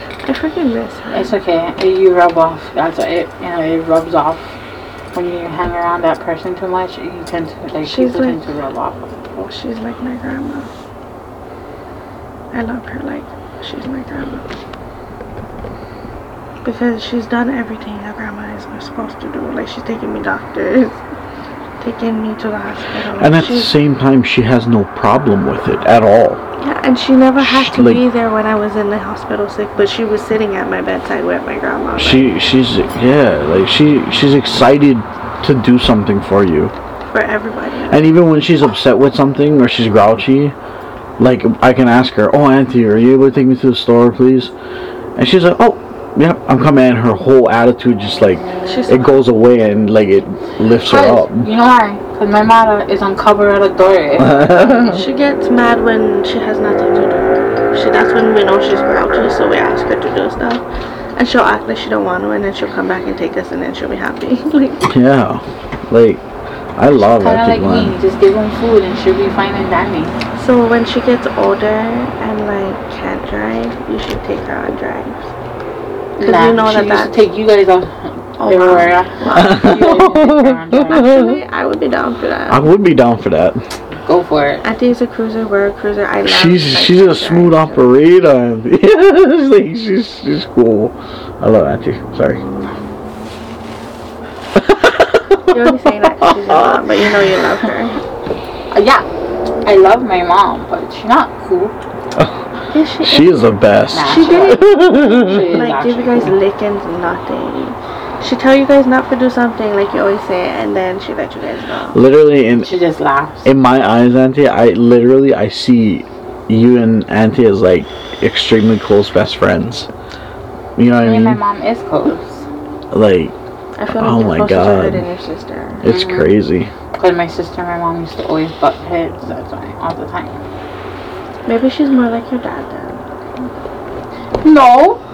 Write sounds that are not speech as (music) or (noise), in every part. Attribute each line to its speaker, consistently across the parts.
Speaker 1: I freaking miss her.
Speaker 2: It's okay. You rub off. That's it. You know, it rubs off. When you hang around that person too much, you tend to like
Speaker 1: She's
Speaker 2: people
Speaker 1: like-
Speaker 2: tend to rub off.
Speaker 1: Well, she's like my grandma. I love her like she's my grandma. Because she's done everything a grandma is supposed to do. Like she's taking me doctors, taking me to the hospital.
Speaker 3: And at the
Speaker 1: she's,
Speaker 3: same time, she has no problem with it at all.
Speaker 1: Yeah, and she never had
Speaker 3: Sh-
Speaker 1: to
Speaker 3: like-
Speaker 1: be there when I was in the hospital sick, but she was sitting at my bedside with my grandma. like,
Speaker 3: She she's yeah, like she she's excited to do something for you.
Speaker 1: for everybody.
Speaker 3: And even when she's upset with something or she's grouchy, like I can ask her, "Oh, Auntie, are you able to take me to the store, please?" And she's like, "Oh, yeah, I'm coming." And her whole attitude just like
Speaker 1: She's
Speaker 3: it goes away and like it lifts her
Speaker 2: Cause-
Speaker 3: up.
Speaker 2: (laughs) You know why? Because my mother is on Cabrera
Speaker 3: (laughs)
Speaker 2: Dore.
Speaker 1: She gets mad when she has nothing to do. She that's when we know she's grouchy, so we ask her to do stuff, and she'll act like she don't want to, and then she'll come back and take us, and then she'll be happy. (laughs) like,
Speaker 3: yeah, like I love
Speaker 2: Kind of
Speaker 3: Auntie
Speaker 2: like
Speaker 3: Glenn.
Speaker 2: me. Just give them food and she'll be fine and dining.
Speaker 1: so when she gets older and like can't drive, you should take her on drives. Cause you know that
Speaker 2: she used to
Speaker 1: that
Speaker 2: take you guys off
Speaker 1: Oh,
Speaker 2: everywhere.
Speaker 1: wow.
Speaker 2: (laughs) You guys used to take her on
Speaker 1: Actually,
Speaker 2: drive.
Speaker 1: I would be down for
Speaker 3: I
Speaker 1: that.
Speaker 3: would be down for that.
Speaker 1: (laughs)
Speaker 2: Go for it.
Speaker 1: Auntie's a cruiser, we're a cruiser. I love.
Speaker 3: She's
Speaker 1: like,
Speaker 3: she's a
Speaker 1: drive.
Speaker 3: smooth operator. (laughs) Auntie. It's like she's she's cool. I love Auntie. Sorry.
Speaker 1: You're only saying that 'cause she's your mom, but you know you love her.
Speaker 2: Uh, yeah, I love my mom, but she's not cool.
Speaker 1: Yes, she,
Speaker 3: (laughs) She is the best.
Speaker 2: Nah,
Speaker 1: She did.
Speaker 2: She is
Speaker 1: like give
Speaker 2: actually
Speaker 1: you guys
Speaker 2: cool.
Speaker 1: lickings nothing. She tell you guys not to do something like you always say, and then she let you guys know.
Speaker 3: Literally in
Speaker 2: She just laughs.
Speaker 3: in my eyes, Auntie, I literally I see you and Auntie as like extremely close best friends. You know what
Speaker 2: Me
Speaker 3: I
Speaker 2: and my
Speaker 3: mean?
Speaker 2: mom is close.
Speaker 3: Like
Speaker 1: I feel like
Speaker 3: Oh
Speaker 1: you're
Speaker 3: my
Speaker 1: closer to her
Speaker 3: God.
Speaker 1: than your sister.
Speaker 3: it's crazy.
Speaker 2: Because my sister and my mom used to always butt heads. That's why, all the time.
Speaker 1: Maybe she's more like your dad then.
Speaker 2: No,
Speaker 3: (laughs)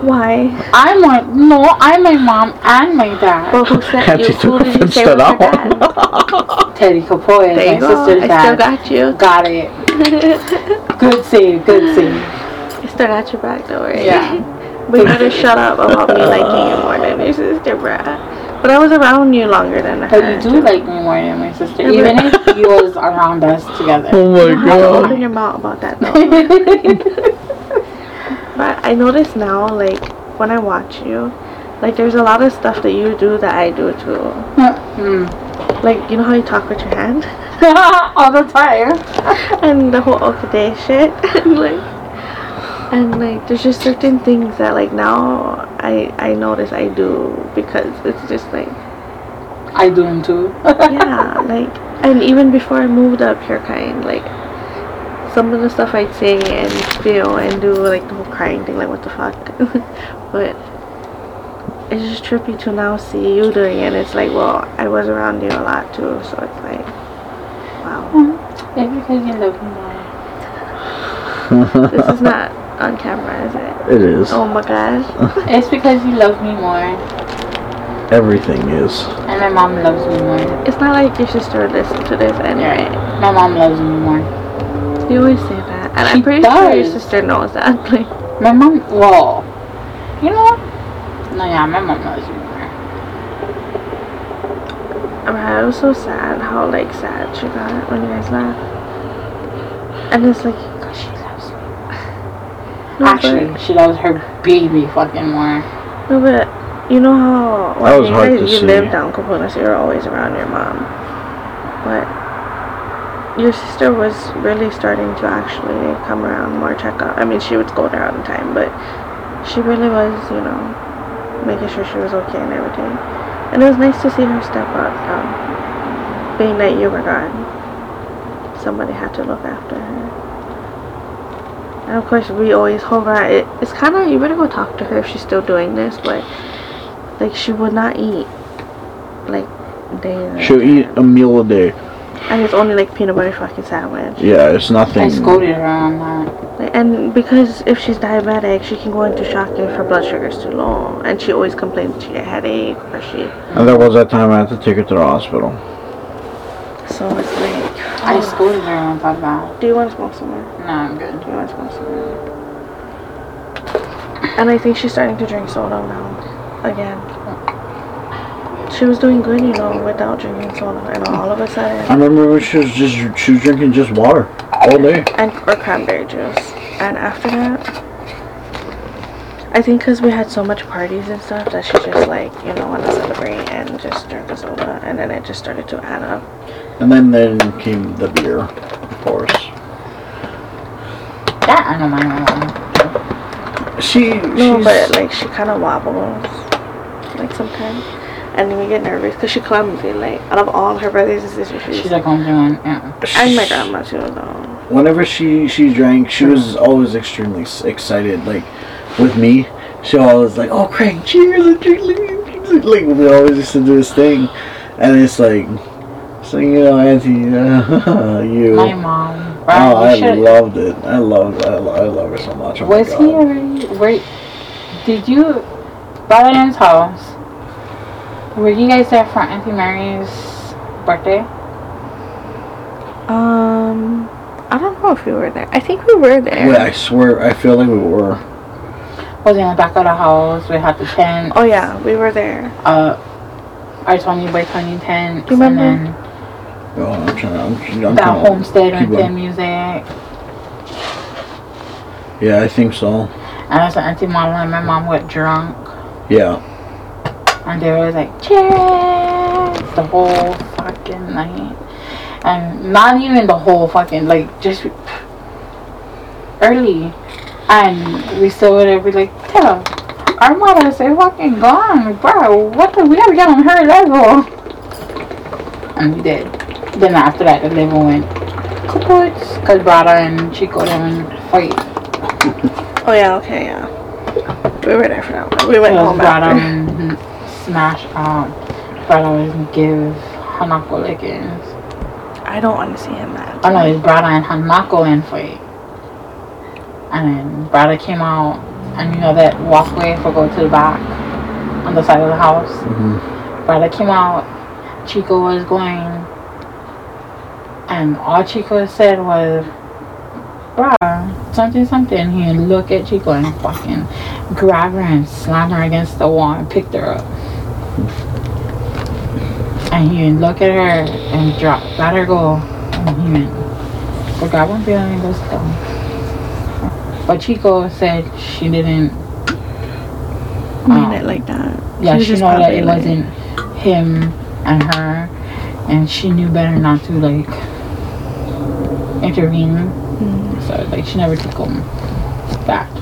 Speaker 1: Why?
Speaker 2: I'm my no, I'm my mom and my dad.
Speaker 1: Well, who said you? Who
Speaker 3: Auntie took
Speaker 1: did you
Speaker 3: offense
Speaker 1: say
Speaker 3: to
Speaker 1: was your
Speaker 3: that
Speaker 1: dad?
Speaker 3: (laughs) one.
Speaker 2: Teddy Kapoor
Speaker 1: There you
Speaker 2: is my
Speaker 1: go.
Speaker 2: sister's
Speaker 1: I still
Speaker 2: dad.
Speaker 1: got
Speaker 2: (laughs)
Speaker 1: you. (laughs)
Speaker 2: Got it. Good save. Good save.
Speaker 1: I still got your back. Don't worry.
Speaker 2: Yeah.
Speaker 1: (laughs) But you better shut up about me liking you more than your sister, bruh. But I was around you longer than her.
Speaker 2: But Oh, you do like me more than my sister,
Speaker 1: Yeah,
Speaker 2: even if you was around us together.
Speaker 1: (laughs)
Speaker 3: oh my
Speaker 1: How to open
Speaker 3: god.
Speaker 1: your mouth about that though. But I notice now, like when I watch you, like there's a lot of stuff that you do that I do too.
Speaker 2: (laughs) Mm.
Speaker 1: Like you know how you talk with your hand (laughs)
Speaker 2: all the time.
Speaker 1: and the whole okay shit, (laughs) and like and like there's just certain things that like now I I notice I do because it's just like
Speaker 2: I do them too.
Speaker 1: yeah like and even before I moved up here, kind like some of the stuff I'd say and feel and do like the whole crying thing, like what the fuck. (laughs) but it's just trippy to now see you doing it. It's like, well, I was around you a lot too, so it's like, wow,
Speaker 2: (laughs) It's because you love me more.
Speaker 1: this is
Speaker 2: (laughs)
Speaker 1: not on camera, is it?
Speaker 3: (laughs) It is.
Speaker 1: Oh my gosh,
Speaker 2: It's because you love me more,
Speaker 3: Everything is.
Speaker 2: and my mom loves me more.
Speaker 1: it's not like your sister would listen to this anyway.
Speaker 2: My mom loves me more.
Speaker 1: You always say that, and I'm
Speaker 2: She
Speaker 1: pretty sure your
Speaker 2: does.
Speaker 1: sister knows that. (laughs) Like,
Speaker 2: My mom, well, you know what? No, yeah, my mom loves me more.
Speaker 1: I was so sad how like sad she got when you guys left, and it's like.
Speaker 2: Cause she loves me.
Speaker 1: no, but-
Speaker 2: Actually, she loves her baby fucking more.
Speaker 1: No, but you know how when
Speaker 3: was
Speaker 1: you
Speaker 3: hard
Speaker 1: guys-
Speaker 3: to
Speaker 1: you
Speaker 3: see.
Speaker 1: lived down Capona, so you were always around your mom. But your sister was really starting to actually come around more check up. I mean, she would go there all the time, but she really was, you know, making sure she was okay and everything. And it was nice to see her step up. Um, being that you were gone, somebody had to look after her. And of course, we always hover. at It, it's kind of you better go talk to her if she's still doing this, but like she would not eat like days. at a
Speaker 3: She'll eat
Speaker 1: time.
Speaker 3: a meal a day.
Speaker 1: and it's only like peanut butter fucking sandwich.
Speaker 3: Yeah, it's
Speaker 2: I
Speaker 3: nothing.
Speaker 2: scolded her on that.
Speaker 1: Like, and because if she's diabetic, she can go into shock if her blood sugar's too low, and she always complains she get headache or she.
Speaker 3: And there was that time I had to take her to the hospital.
Speaker 1: So it's like, oh,
Speaker 2: I scolded her on top of that.
Speaker 1: do you want to smoke some more?
Speaker 2: No, I'm good.
Speaker 1: Do you want to smoke some more? And I think she's starting to drink soda now. Again. She was doing good, you know, without drinking soda. And all of a
Speaker 3: I
Speaker 1: sudden,
Speaker 3: remember when she was just she was drinking just water all day.
Speaker 1: and or cranberry juice. And after that, I think because we had so much parties and stuff that she just like, you know, want to celebrate and just drank a soda. And then it just started to add up.
Speaker 3: And then then came the beer, of course.
Speaker 2: That I don't mind. I
Speaker 3: She
Speaker 1: No,
Speaker 3: she's
Speaker 1: but like she kind of wobbles, like sometimes, and we get nervous because she clumsy. Like out of all her brothers and sisters,
Speaker 2: don't.
Speaker 1: she's,
Speaker 2: She's like only one. Yeah.
Speaker 1: and my
Speaker 3: she's-
Speaker 2: um,
Speaker 1: grandma too, though.
Speaker 3: Whenever she she drank, she was
Speaker 2: Mm-hmm.
Speaker 3: always extremely s- excited. Like with me, she always like, "Oh, Craig, cheers!" and drink, Like like, we always used to do this thing, and it's like, so you know, Auntie, (laughs) uh, you.
Speaker 2: My mom. Right,
Speaker 3: Oh, I
Speaker 2: we should-
Speaker 3: loved it. I loved. I, lo- I love her so much. Oh my
Speaker 2: Was
Speaker 3: God.
Speaker 2: he already? Were did you Brian's house? Were you guys there for Auntie Mary's birthday?
Speaker 1: Um, I don't know if we were there. I think we were there.
Speaker 3: Wait, I swear, I feel like we were.
Speaker 2: Was in the back of the house. We had the tent.
Speaker 1: Oh yeah, we were there.
Speaker 2: Uh, our twenty by twenty tent.
Speaker 1: You remember?
Speaker 2: And then
Speaker 3: Oh, I'm trying. I'm, trying- I'm
Speaker 2: that
Speaker 3: trying to
Speaker 2: homestead
Speaker 3: keep
Speaker 2: and
Speaker 3: up.
Speaker 2: the music.
Speaker 3: Yeah, I think so.
Speaker 2: And also Auntie Mama and my mom got drunk,
Speaker 3: Yeah,
Speaker 2: and they were like cheers the whole fucking night, and not even the whole fucking like just early, and we still would have be like, tell our mothers they fucking gone, like, bro. What the we gotta get on her level, and we did. Then after that, the level went kaputs, cause Brada and Chico didn't fight.
Speaker 1: Oh yeah, okay, yeah. We were there for that one. We went
Speaker 2: Well,
Speaker 1: home
Speaker 2: Brada
Speaker 1: after.
Speaker 2: and smash um Brada and give Hanako lickings.
Speaker 1: I don't want to see him mad.
Speaker 2: Oh no, it's Brada and Hanako in fight. And then Brada came out and you know that walkway for go to the back on the side of the house.
Speaker 3: Mhm.
Speaker 2: Brada came out, Chico was going and all Chico said was Brada, something something he looked at Chico and fucking grabbed her and slammed her against the wall and picked her up. And he looked at her and dropped, let her go. And he went, forgot one feeling and goes down. But Chico said she didn't,
Speaker 1: Mean
Speaker 2: Oh.
Speaker 1: it like that.
Speaker 2: yeah,
Speaker 1: He was
Speaker 2: she
Speaker 1: just
Speaker 2: know that
Speaker 1: probably
Speaker 2: it
Speaker 1: like-
Speaker 2: wasn't him and her. And she knew better not to, like, intervene.
Speaker 1: Mm. Mm-hmm.
Speaker 2: So, like, she never took him back.